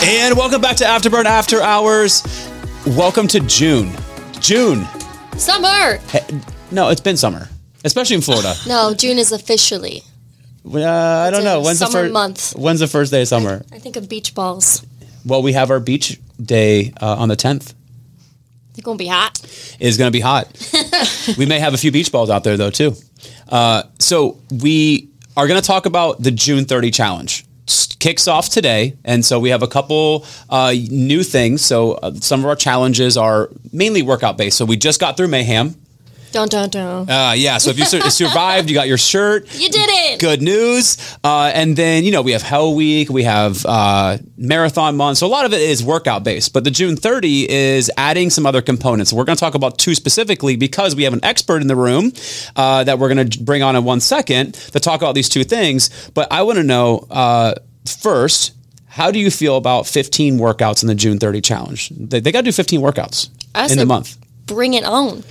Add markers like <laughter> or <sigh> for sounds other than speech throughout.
And welcome back to Afterburn After Hours. Welcome to June. June. Summer. No, it's been summer, especially in Florida. No, June is officially. Uh, I don't a know. When's the summer first month. When's the first day of summer? I think of beach balls. Well, we have our beach day uh, on the tenth. It's gonna be hot. It is going to be <laughs> hot. we may have a few beach balls out there though too. Uh, so we are going to talk about the June 30 challenge. S- Kicks off today, and so we have a couple uh, new things. So uh, some of our challenges are mainly workout based. So we just got through mayhem. Don't don't don't. Uh, yeah. So if you sur- survived, you got your shirt. you did it. Good news. Uh, and then, you know, we have Hell Week, we have uh, Marathon Month. So a lot of it is workout based, but the June 30 is adding some other components. We're going to talk about two specifically because we have an expert in the room uh, that we're going to bring on in one second to talk about these two things. But I want to know uh, first, how do you feel about 15 workouts in the June 30 challenge? They, they got to do 15 workouts I in say- the month. Bring it on.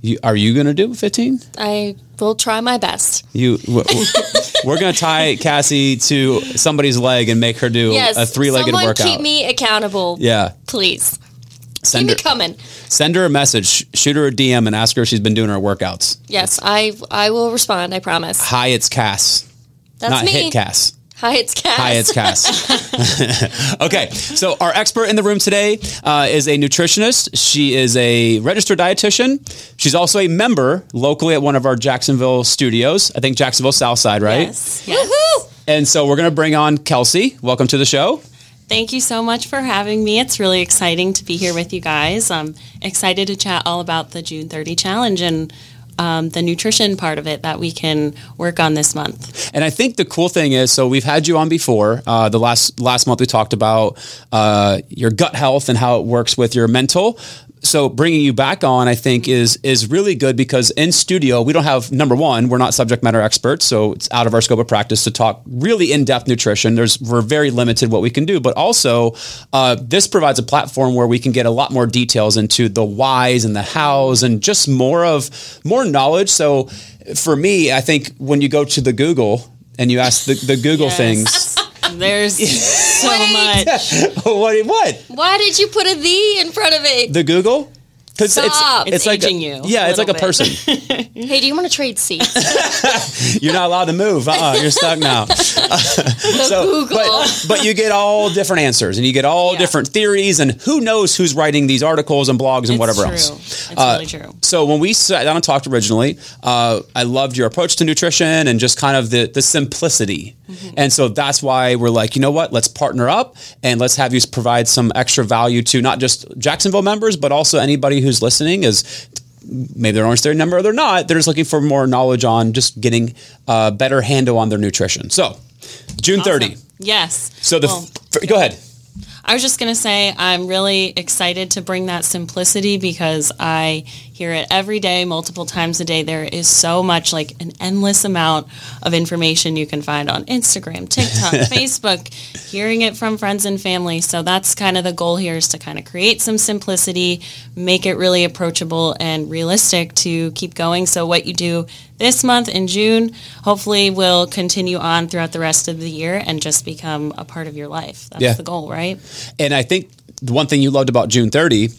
You, are you going to do 15? I will try my best. You, w- <laughs> w- we're gonna tie Cassie to somebody's leg and make her do Yes. a three-legged someone workout. Keep me accountable. yeah, Please. Keep send me her, coming. send her a message, sh- shoot her a DM, and ask her if she's been doing her workouts. Yes, I I will respond, I promise. Hi, it's Cass, That's not me. hit Cass. Hi, it's Cass. Hi, it's Cass. <laughs> okay, so our expert in the room today uh, is a nutritionist. She is a registered dietitian. She's also a member locally at one of our Jacksonville studios. I think Jacksonville Southside, right? Yes. yes. Woohoo! And so we're gonna bring on Kelsey. Welcome to the show. Thank you so much for having me. It's really exciting to be here with you guys. I'm excited to chat all about the June 30 challenge and um, the nutrition part of it that we can work on this month. And I think the cool thing is, so we've had you on before. Uh, the last last month we talked about uh, your gut health and how it works with your mental. So bringing you back on, I think, is is really good because in studio we don't have number one, we're not subject matter experts, so it's out of our scope of practice to talk really in depth nutrition. There's we're very limited what we can do, but also uh, this provides a platform where we can get a lot more details into the whys and the hows and just more of more knowledge. So for me, I think when you go to the Google and you ask the, the Google Yes. things, <laughs> There's <laughs> so Wait. much. what? What? Why did you put a the in front of it? The Google? Because Stop. It's aging you Yeah, a it's like a little bit. person. hey, do you want to trade seats? <laughs> You're not allowed to move. Uh-uh, <laughs> you're stuck now. <laughs> so, Google. But, but you get all different answers and you get all Yeah. different theories, and who knows who's writing these articles and blogs and It's whatever true. else. Uh, It's really true. So when we sat down and talked originally, uh, I loved your approach to nutrition and just kind of the the simplicity. Mm-hmm. And so that's why we're like, you know what? Let's partner up and let's have you provide some extra value to not just Jacksonville members, but also anybody who's listening is maybe they're an Orange Theory member or they're not. They're just looking for more knowledge on just getting a better handle on their nutrition. So June 30. Awesome. Yes. So the Well, f- go ahead. I was just going to say I'm really excited to bring that simplicity because I hear it every day, multiple times a day. There is so much, like an endless amount of information you can find on Instagram, TikTok, Facebook, hearing it from friends and family. So that's kind of the goal here is to kind of create some simplicity, make it really approachable and realistic to keep going. So what you do this month in June hopefully will continue on throughout the rest of the year and just become a part of your life. That's Yeah. the goal, right? And I think the one thing you loved about June 30.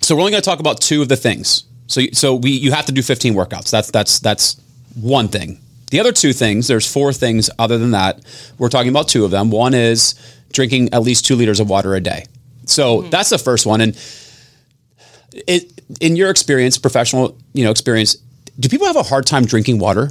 So we're only going to talk about two of the things. So so we you have to do 15 workouts. That's that's that's one thing. The other two things, there's four things other than that. We're talking about two of them. One is drinking at least 2 liters of water a day. So Mm-hmm. that's the first one and it, in your experience, professional, you know, experience, do people have a hard time drinking water?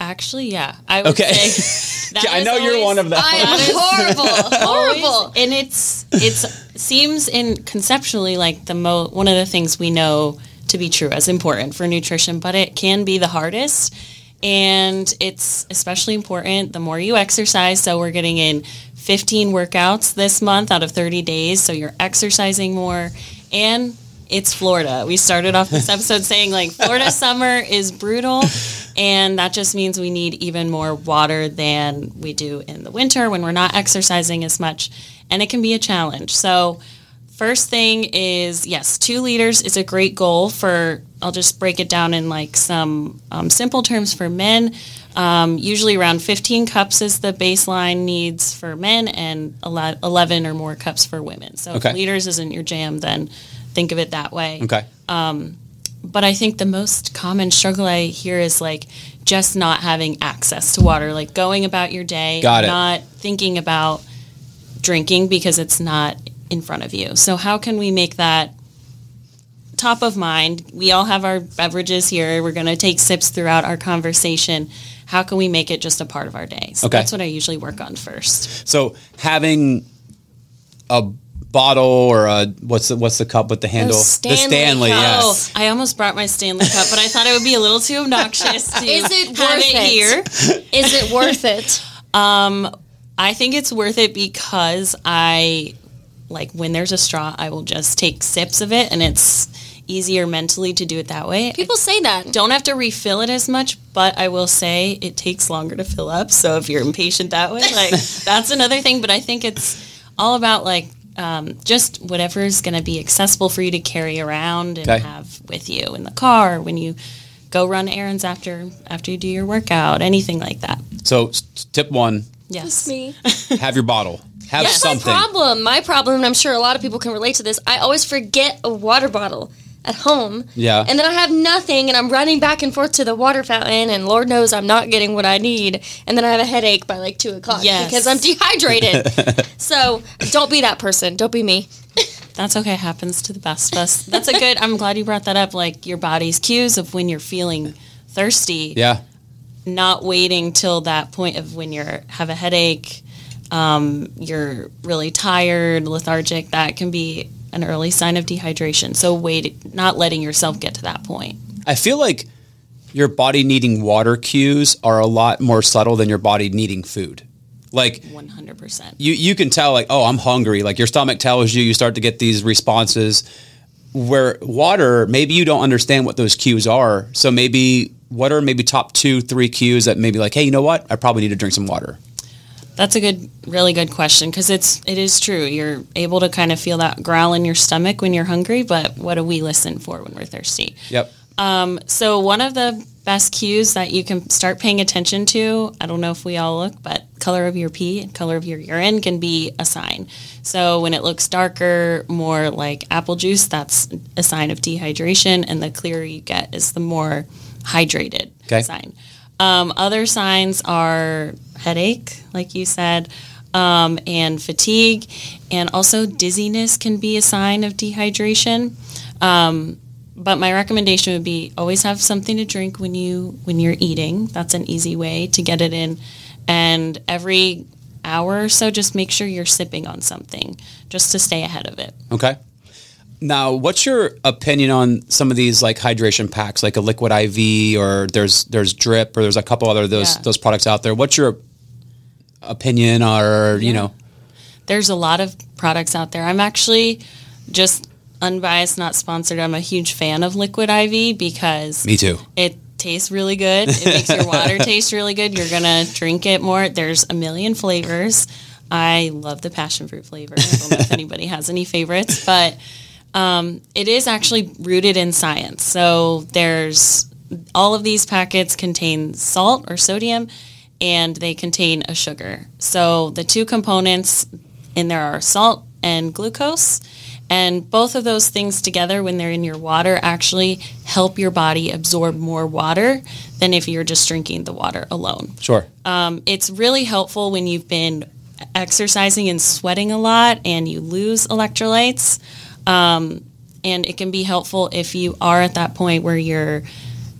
Actually, yeah. I would Okay. <laughs> say that Yeah, I is know you're always- one of them. I'm horrible. <laughs> always- Horrible. and it's it's seems in conceptually like the mo one of the things we know to be true as important for nutrition, but it can be the hardest. And it's especially important the more you exercise. So we're getting in 15 workouts this month out of 30 days. So you're exercising more and it's Florida. We started off this episode saying like Florida summer is brutal, and that just means we need even more water than we do in the winter when we're not exercising as much, and it can be a challenge. So, first thing is yes, two liters is a great goal for. I'll just break it down in like some um, simple terms for men. Um, usually around 15 cups is the baseline needs for men and ele- 11 or more cups for women. So Okay. if liters isn't your jam, then think of it that way. Okay. But I think the most common struggle I hear is like just not having access to water, like going about your day, Got it. not thinking about drinking because it's not in front of you. So how can we make that top of mind? We all have our beverages here. We're going to take sips throughout our conversation. How can we make it just a part of our day? So Okay. that's what I usually work on first. So having a bottle or a what's the what's the cup with the handle? Stanley the Stanley, cup. yes. Oh, I almost brought my Stanley cup, but I thought it would be a little <laughs> too obnoxious to Is it have worth it it? here. Is it worth <laughs> it? I think it's worth it because I like when there's a straw, I will just take sips of it, and it's easier mentally to do it that way. I People say that. don't have to refill it as much, but I will say it takes longer to fill up. So if you're impatient that way, like that's another thing. But I think it's all about like um, just whatever is going to be accessible for you to carry around and Okay. have with you in the car when you go run errands after after you do your workout, anything like that. So s- tip one, It's Yes. me. have your bottle. Have That's something. my problem. My problem, and I'm sure a lot of people can relate to this. I always forget a water bottle at home. Yeah. And then I have nothing, and I'm running back and forth to the water fountain, and Lord knows I'm not getting what I need. And then I have a headache by like two o'clock Yes. because I'm <laughs> dehydrated. so don't be that person. Don't be me. That's okay. Happens to the best of us. That's a good. I'm glad you brought that up. Like your body's cues of when you're feeling thirsty. Yeah. Not waiting till that point of when you're have a headache, um, you're really tired, lethargic. That can be an early sign of dehydration. So wait, not letting yourself get to that point. I feel like your body needing water cues are a lot more subtle than your body needing food. Like One hundred percent. you you can tell like oh i'm hungry like your stomach tells you you start to get these responses where water maybe you don't understand what those cues are so maybe what are maybe top two three cues that maybe like hey you know what i probably need to drink some water That's a good, really good question because it's it is true. You're able to kind of feel that growl in your stomach when you're hungry, but what do we listen for when we're thirsty? yep So one of the best cues that you can start paying attention to, I don't know if we all look, but color of your pee and color of your urine can be a sign. So when it looks darker, more like apple juice, that's a sign of dehydration and the clearer you get is the more hydrated Okay. sign. Um, other signs are headache, like you said, um, and fatigue, and also dizziness can be a sign of dehydration but my recommendation would be always have something to drink when you when you're eating that's an easy way to get it in and every hour or so just make sure you're sipping on something just to stay ahead of it okay now what's your opinion on some of these like hydration packs like a liquid iv or there's there's drip or there's a couple other those Yeah. those products out there what's your opinion or you know there's a lot of products out there i'm actually just unbiased not sponsored i'm a huge fan of liquid iv because me too It tastes really good. It makes your water taste really good. You're gonna drink it more. There's a million flavors. I love the passion fruit flavor. I don't know if anybody has any favorites, but um, it is actually rooted in science. So there's all of these packets contain salt or sodium, and they contain a sugar. So the two components in there are salt and glucose. And both of those things together, when they're in your water, actually help your body absorb more water than if you're just drinking the water alone. sure Um, it's really helpful when you've been exercising and sweating a lot and you lose electrolytes. Um, and it can be helpful if you are at that point where you're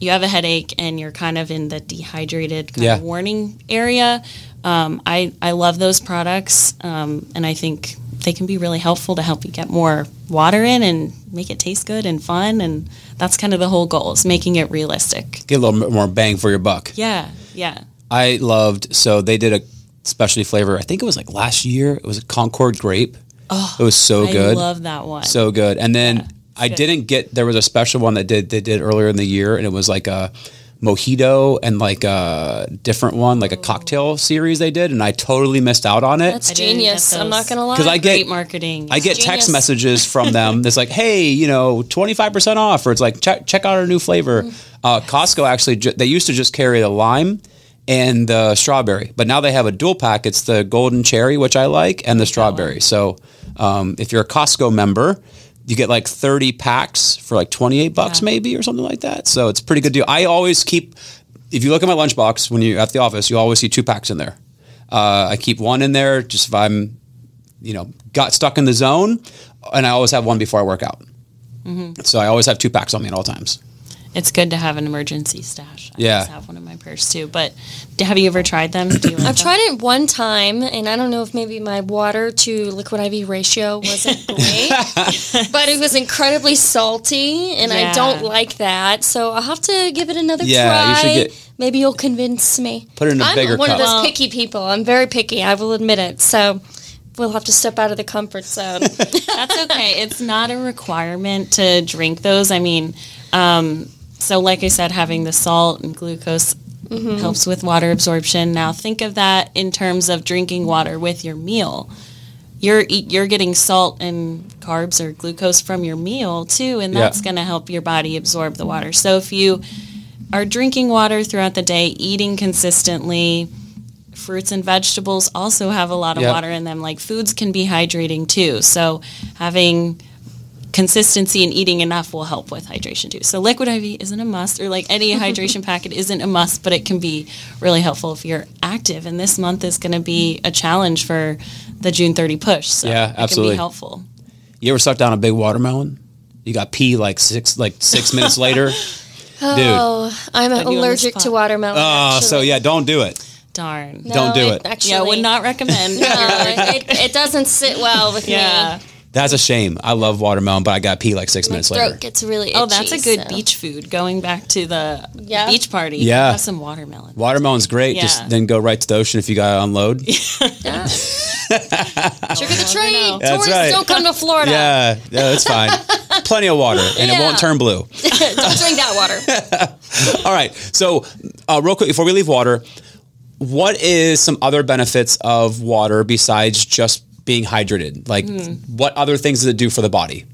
you have a headache and you're kind of in the dehydrated kind Yeah. of warning area. Um, I I love those products, um, and I think they can be really helpful to help you get more water in and make it taste good and fun. And that's kind of the whole goal is making it realistic. get a little bit more bang for your buck Yeah, yeah. I loved. So they did a specialty flavor. I think it was like last year. It was a Concord grape. Oh, it was so good, I love that one. so good. And then I didn't get. There was a special one that did they did earlier in the year, and it was like a mojito and like a different one, like a cocktail series they did, and I totally missed out on it. That's didn't get genius. I'm not those. gonna lie. 'Cause I get- great marketing. I get Genius. text messages from them that's like, hey, you know, 25% off, or it's like, check, check out our new flavor. Uh, Costco actually, ju- they used to just carry the lime and the strawberry. But now they have a dual pack. It's the golden cherry, which I like, and the strawberry. So um, if you're a Costco member, you get like 30 packs for like 28 bucks Yeah. maybe or something like that. So it's a pretty good deal. I always keep, if you look at my lunchbox when you're at the office, you always see two packs in there. Uh, I keep one in there just if I'm, you know, got stuck in the zone, and I always have one before I work out. Mm-hmm. So I always have two packs on me at all times. It's good to have an emergency stash. I Yeah. always have one in my purse too. But d- have you ever tried them? Do you like I've tried it one time, and I don't know if maybe my water to liquid IV ratio <laughs> wasn't great, but it was incredibly salty, and I Yeah. don't like that. So I'll have to give it another Yeah, you should try. get- maybe you'll convince me. Put it in a I'm bigger one of cup. those picky people. I'm very picky. I will admit it. So we'll have to step out of the <laughs> comfort zone. That's okay. It's not a requirement to drink those. I mean, um, so like I said, having the salt and glucose Mm-hmm. helps with water absorption. Now think of that in terms of drinking water with your meal. You're eat, you're getting salt and carbs or glucose from your meal too, and Yeah. that's going to help your body absorb the water. So if you are drinking water throughout the day, eating consistently, fruits and vegetables also have a lot of Yep. water in them. Like foods can be hydrating too. So having consistency and eating enough will help with hydration too. So liquid IV isn't a must or like any hydration packet isn't a must, but it can be really helpful if you're active. And this month is going to be a challenge for the June 30 push. So Yeah, It can absolutely. be helpful. You ever suck down a big watermelon? You got pee like six like six minutes <laughs> later. Oh, I'm you on the allergic to spot. watermelon. Uh, so actually. yeah, don't do it. Darn. No, don't do it. Actually, Yeah, would not recommend. Uh, <laughs> it, it doesn't sit well with yeah. That's a shame. I love watermelon, but I got pee like six me. My minutes throat later. gets really itchy. Oh, that's a good so- beach food. Going back to the Yeah. beach party, Yeah. have some watermelon. Watermelon's great. Just Yeah. then go right to the ocean if you got to unload. yeah, <laughs> Yeah. Trick of the trade. know. That's Tourists right. don't come to Florida. yeah, that's fine. Plenty of water, and it won't Yeah. turn blue. <laughs> don't drink that <laughs> water. All right. So, uh, real quick before we leave water, what is some other benefits of water besides just being hydrated? Like, what other things does it do for the body?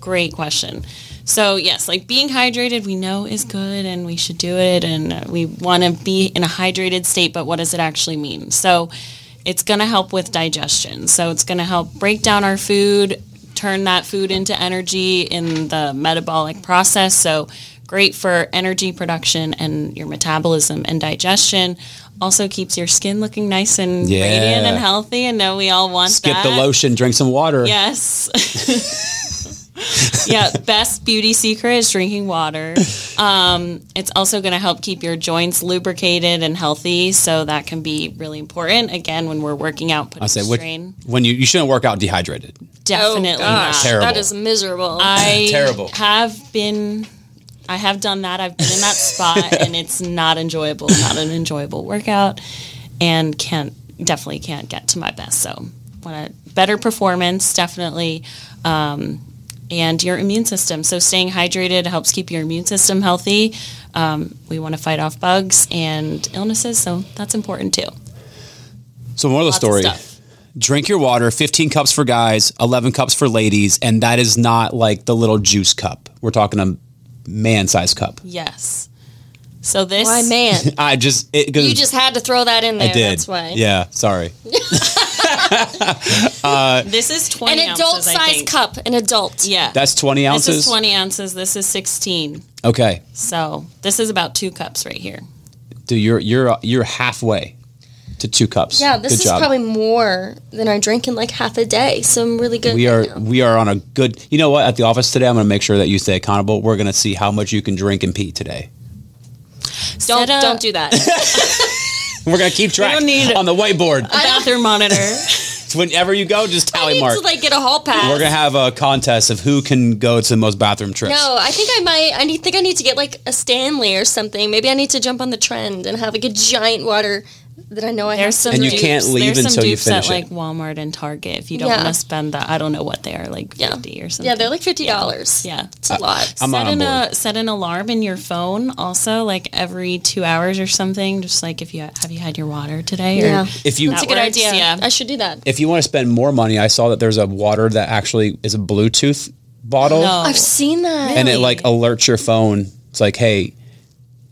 Great question. So yes, like being hydrated, we know is good, and we should do it, and uh, we want to be in a hydrated state. But what does it actually mean? So it's going to help with digestion. So it's going to help break down our food, turn that food into energy in the metabolic process. So great for energy production and your metabolism and digestion. Also keeps your skin looking nice and Yeah. radiant and healthy. And know we all want Skip that. the lotion, drink some water. Yes. <laughs> yeah, best beauty secret is drinking water. Um, it's also going to help keep your joints lubricated and healthy, so that can be really important. Again, when we're working out, putting I say, which, strain. when you you shouldn't work out dehydrated. Definitely oh, gosh. not. Terrible. That is miserable. I Terrible. have been. I have done that. I've been in that spot, and it's not enjoyable. Not an enjoyable workout, and can't definitely can't get to my best. So, want a better performance, definitely, um, and your immune system. So, staying hydrated helps keep your immune system healthy. Um, we want to fight off bugs and illnesses, so that's important too. So, more of the Lots story. Of stuff. drink your water 15 cups for guys 11 cups for ladies and that is not like the little juice cup we're talking a man size cup Yes. So this. why, man? <laughs> i just it, 'cause You just had to throw that in i there. did That's why. yeah sorry This is twenty. An adult ounces, I size think. cup. An adult. Yeah. that's 20 ounces This is 20 ounces. This is 16. okay So this is about two cups right here. dude you're you're you're halfway to two cups Yeah, this good is job probably more than I drink in like half a day. So I'm really good. we right are now. we are on a good you know what at the office today i'm gonna make sure that you stay accountable we're gonna see how much you can drink and pee today Don't Set a- don't do <laughs> that. we're gonna keep track don't need it. on the whiteboard Bathroom monitor. whenever you go just I tally need mark to like get a hall pass. we're gonna have a contest of who can go to the most bathroom trips no, I think I might. I need, think I need to get like a Stanley or something. Maybe I need to jump on the trend and have like a giant water that I know I There's have. some And you dupes- can't leave there's some until you dupes finish it. at like Walmart and Target if you don't Yeah. want to spend the I don't know what they are like Yeah. 50 or something. Yeah, they're like fifty dollars. yeah. it's a lot. I'm set not on an, board. uh, set an alarm in your phone also like every two hours or something just like if you have you had your water today or Yeah. If you That's a That good works, idea. yeah. I should do that. if you want to spend more money, I saw that there's a water that actually is a Bluetooth bottle, No. I've seen that. and it really? like alerts your phone. It's like, hey,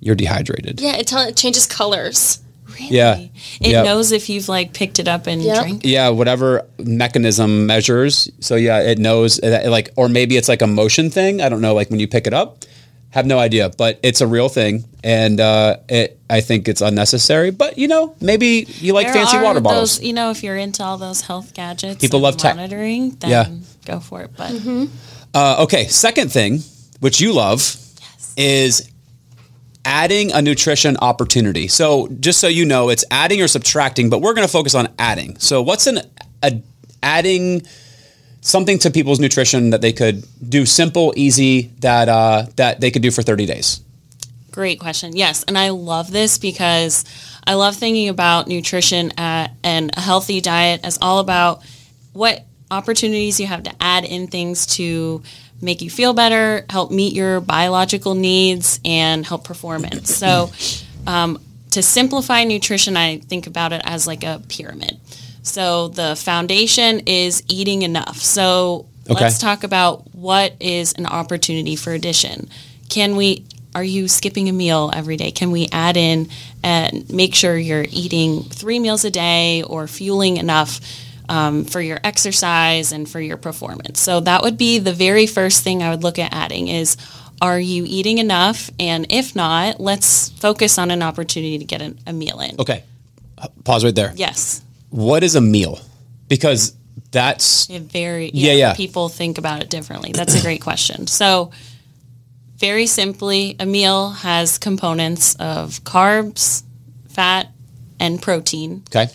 you're dehydrated. yeah, it, tell, it changes colors. Really? Yeah. It Yep. knows if you've like picked it up and Yep. drank. it. Yeah, whatever mechanism measures. So yeah, it knows it, it, like, or maybe it's like a motion thing. I don't know. Like when you pick it up, have no idea, but it's a real thing, and uh, it. I think it's unnecessary, but you know, maybe you like There fancy are water bottles. Those, you know, if you're into all those health gadgets, People and love tech. monitoring. Then Yeah. go for it. But Uh, okay, second thing, which you love, is adding a nutrition opportunity. So just so you know, it's adding or subtracting, but we're going to focus on adding. So what's an a, adding something to people's nutrition that they could do simple, easy that uh, that they could do for thirty days? Great question. Yes, and I love this because I love thinking about nutrition uh and a healthy diet as all about what opportunities you have to add in things to make you feel better, help meet your biological needs, and help performance. So, um, to simplify nutrition, I think about it as like a pyramid. So the foundation is eating enough. So Okay. let's talk about what is an opportunity for addition. Can we? Are you skipping a meal every day? Can we add in and make sure you're eating three meals a day or fueling enough um, for your exercise and for your performance? So that would be the very first thing I would look at adding is are you eating enough? And if not, let's focus on an opportunity to get an, a meal in. Okay, pause right there. Yes. What is a meal? Because that's It very Yeah, yeah. People think about it differently. That's a <clears throat> great question. So, very simply, a meal has components of carbs, fat, and protein. okay.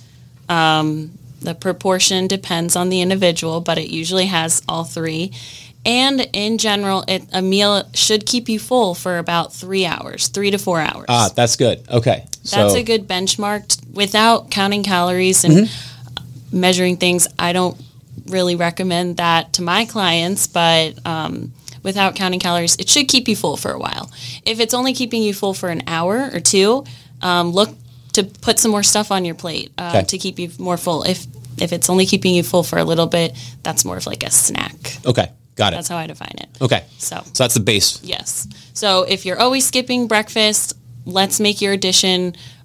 The proportion depends on the individual, but it usually has all three. And in general, it, a meal should keep you full for about three hours, three to four hours. Ah, that's good. Okay, That's So- a good benchmark t- without counting calories and Mm-hmm. measuring things. I don't really recommend that to my clients, but um, without counting calories, it should keep you full for a while. If it's only keeping you full for an hour or two, um, look to put some more stuff on your plate uh, Okay. to keep you more full. If if it's only keeping you full for a little bit, that's more of like a snack. Okay, got it. That's how I define it. Okay, so So that's the base. Yes. So if you're always skipping breakfast, let's make your addition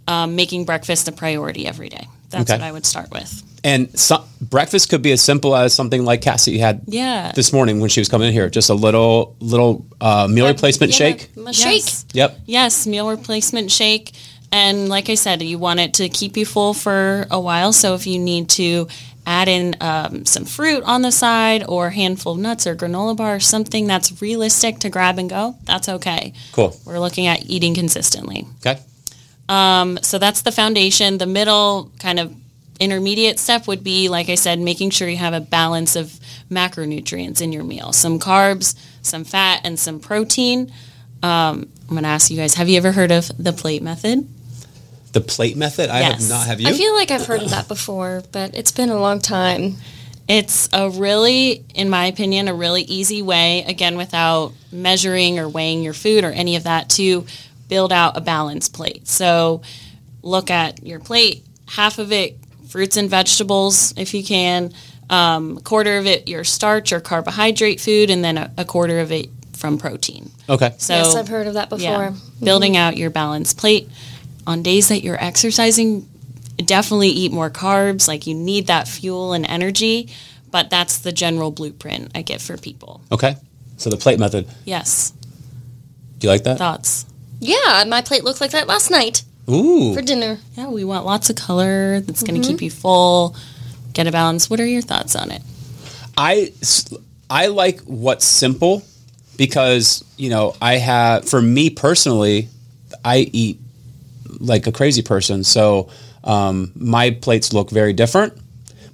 um, making breakfast a priority every day. That's Okay. what I would start with. And so, breakfast could be as simple as something like Cassie had Yeah. this morning when she was coming in here. Just a little little uh, meal replacement Yeah, shake. a- a shake. Yes. Yep. Yes, meal replacement shake. And like I said, you want it to keep you full for a while. So if you need to add in um, some fruit on the side or a handful of nuts or granola bar, something that's realistic to grab and go, that's okay. Cool. We're looking at eating consistently. Okay. so that's the foundation. The middle kind of intermediate step would be, like I said, making sure you have a balance of macronutrients in your meal, some carbs, some fat, and some protein. Um, I'm going to ask you guys, have you ever heard of the plate method? The plate method. I Yes. have not. Have I you? feel like I've heard of that before, but it's been a long time. It's a really, in my opinion, a really easy way, again, without measuring or weighing your food or any of that, to build out a balanced plate. So look at your plate, half of it fruits and vegetables if you can, um, a quarter of it your starch or carbohydrate food, and then a, a quarter of it from protein. okay. So yes, I've heard of that before. yeah. Building out your balanced plate. On days that you're exercising, definitely eat more carbs. Like you need that fuel and energy, but that's the general blueprint I get for people. Okay. So the plate method. Do Yes. you like that? Thoughts? Yeah, my plate looked like that last night Ooh. for dinner. Yeah, we want lots of color that's going to keep you full, get a balance. What are your thoughts on it? I s- I like what's simple because you know I have for me personally I eat like a crazy person so um, my plates look very different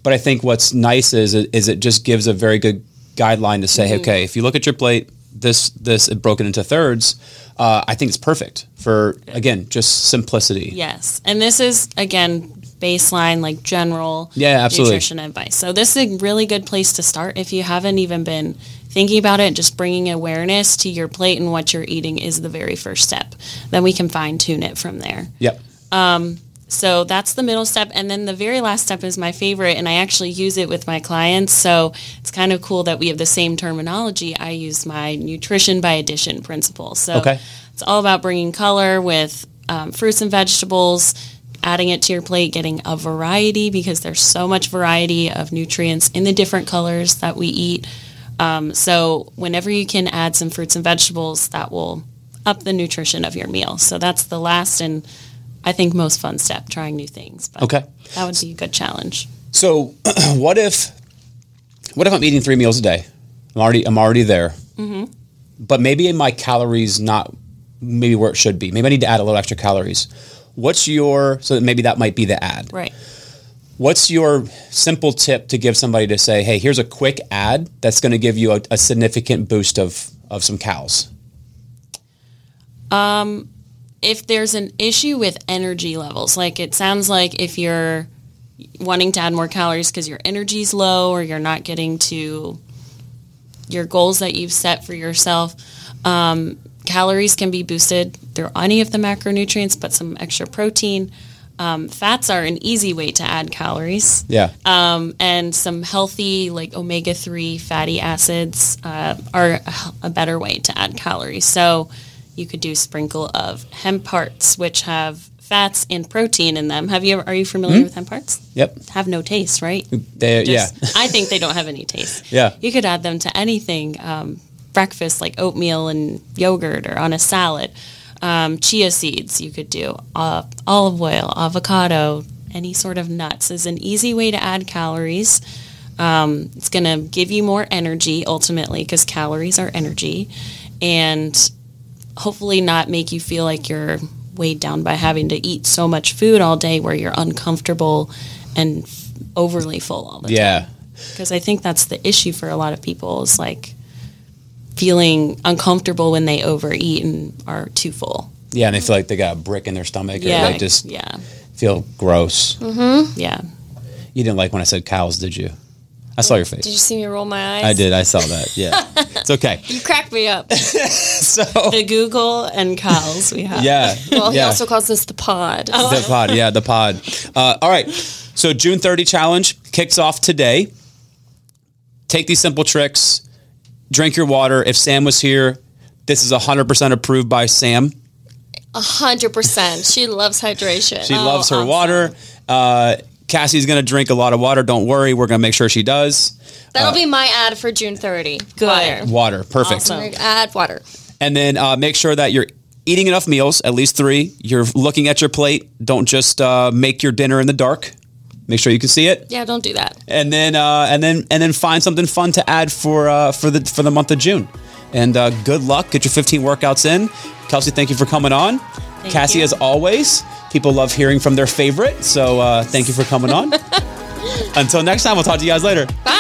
but I think what's nice is is it just gives a very good guideline to say okay if you look at your plate this this is broken into thirds uh, I think it's perfect for again just simplicity Yes. And this is, again, baseline, like general Yeah, absolutely. nutrition advice. So this is a really good place to start if you haven't even been thinking about it. Just bringing awareness to your plate and what you're eating is the very first step. Then we can fine tune it from there. yep So that's the middle step. And then the very last step is my favorite, and I actually use it with my clients. So it's kind of cool that we have the same terminology. I use my nutrition by addition principle. So Okay. it's all about bringing color with um, fruits and vegetables, adding it to your plate, getting a variety because there's so much variety of nutrients in the different colors that we eat. Um, so whenever you can add some fruits and vegetables, that will up the nutrition of your meal. So that's the last and I think most fun step, trying new things. But Okay. That would be a good challenge. So, <clears throat> what if, what if I'm eating three meals a day? I'm already, I'm already there. Mm-hmm. But maybe my calories not maybe where it should be. Maybe I need to add a little extra calories. What's your so that maybe that might be the ad. Right. What's your simple tip to give somebody to say, hey, here's a quick ad that's going to give you a, a significant boost of of some cows? if there's an issue with energy levels, like it sounds like if you're wanting to add more calories because your energy's low or you're not getting to your goals that you've set for yourself, um, calories can be boosted through any of the macronutrients, but some extra protein. Um, fats are an easy way to add calories Yeah. um, and some healthy like omega-3 fatty acids uh, are a better way to add calories so you could do a sprinkle of hemp hearts which have fats and protein in them have you ever, are you familiar with hemp hearts yep. have no taste right They, Just- yeah. i think they don't have any taste <laughs> Yeah. you could add them to anything um, breakfast like oatmeal and yogurt or on a salad um, chia seeds you could do uh, olive oil avocado any sort of nuts is an easy way to add calories um, it's going to give you more energy ultimately because calories are energy and hopefully not make you feel like you're weighed down by having to eat so much food all day where you're uncomfortable and f- overly full all the time Yeah. because I think that's the issue for a lot of people is like feeling uncomfortable when they overeat and are too full. Yeah. And they feel like they got a brick in their stomach or like just yeah, feel gross. yeah. You didn't like when I said cows, did you? I saw your Did face. you see me roll my eyes? I did. I saw that. <laughs> Yeah. it's okay. You cracked me <laughs> up. So The Google and cows we have. yeah. Well, he yeah. also calls this the pod. the pod. Yeah, the pod. Uh, all right. So June 30 challenge kicks off today. Take these simple tricks. Drink your water. If Sam was here, this is 100% approved by Sam. Hundred percent. She loves hydration. She Uh, loves her awesome. water. Uh, Cassie's going to drink a lot of water. Don't worry. We're going to make sure she does. That'll be my ad for June 30. Good. Water. Water. Perfect. Awesome. Add water. And then uh, make sure that you're eating enough meals, at least three. You're looking at your plate. Don't just uh, make your dinner in the dark. Make sure you can see it. Yeah, don't do that. and then uh, and then and then find something fun to add for uh, for the for the month of June. And uh, good luck. Get your 15 workouts in. Kelsey, thank you for coming on. Cassie, you. as always, people love hearing from their favorite. So uh, thank you for coming on. Until next time, we'll talk to you guys later. Bye.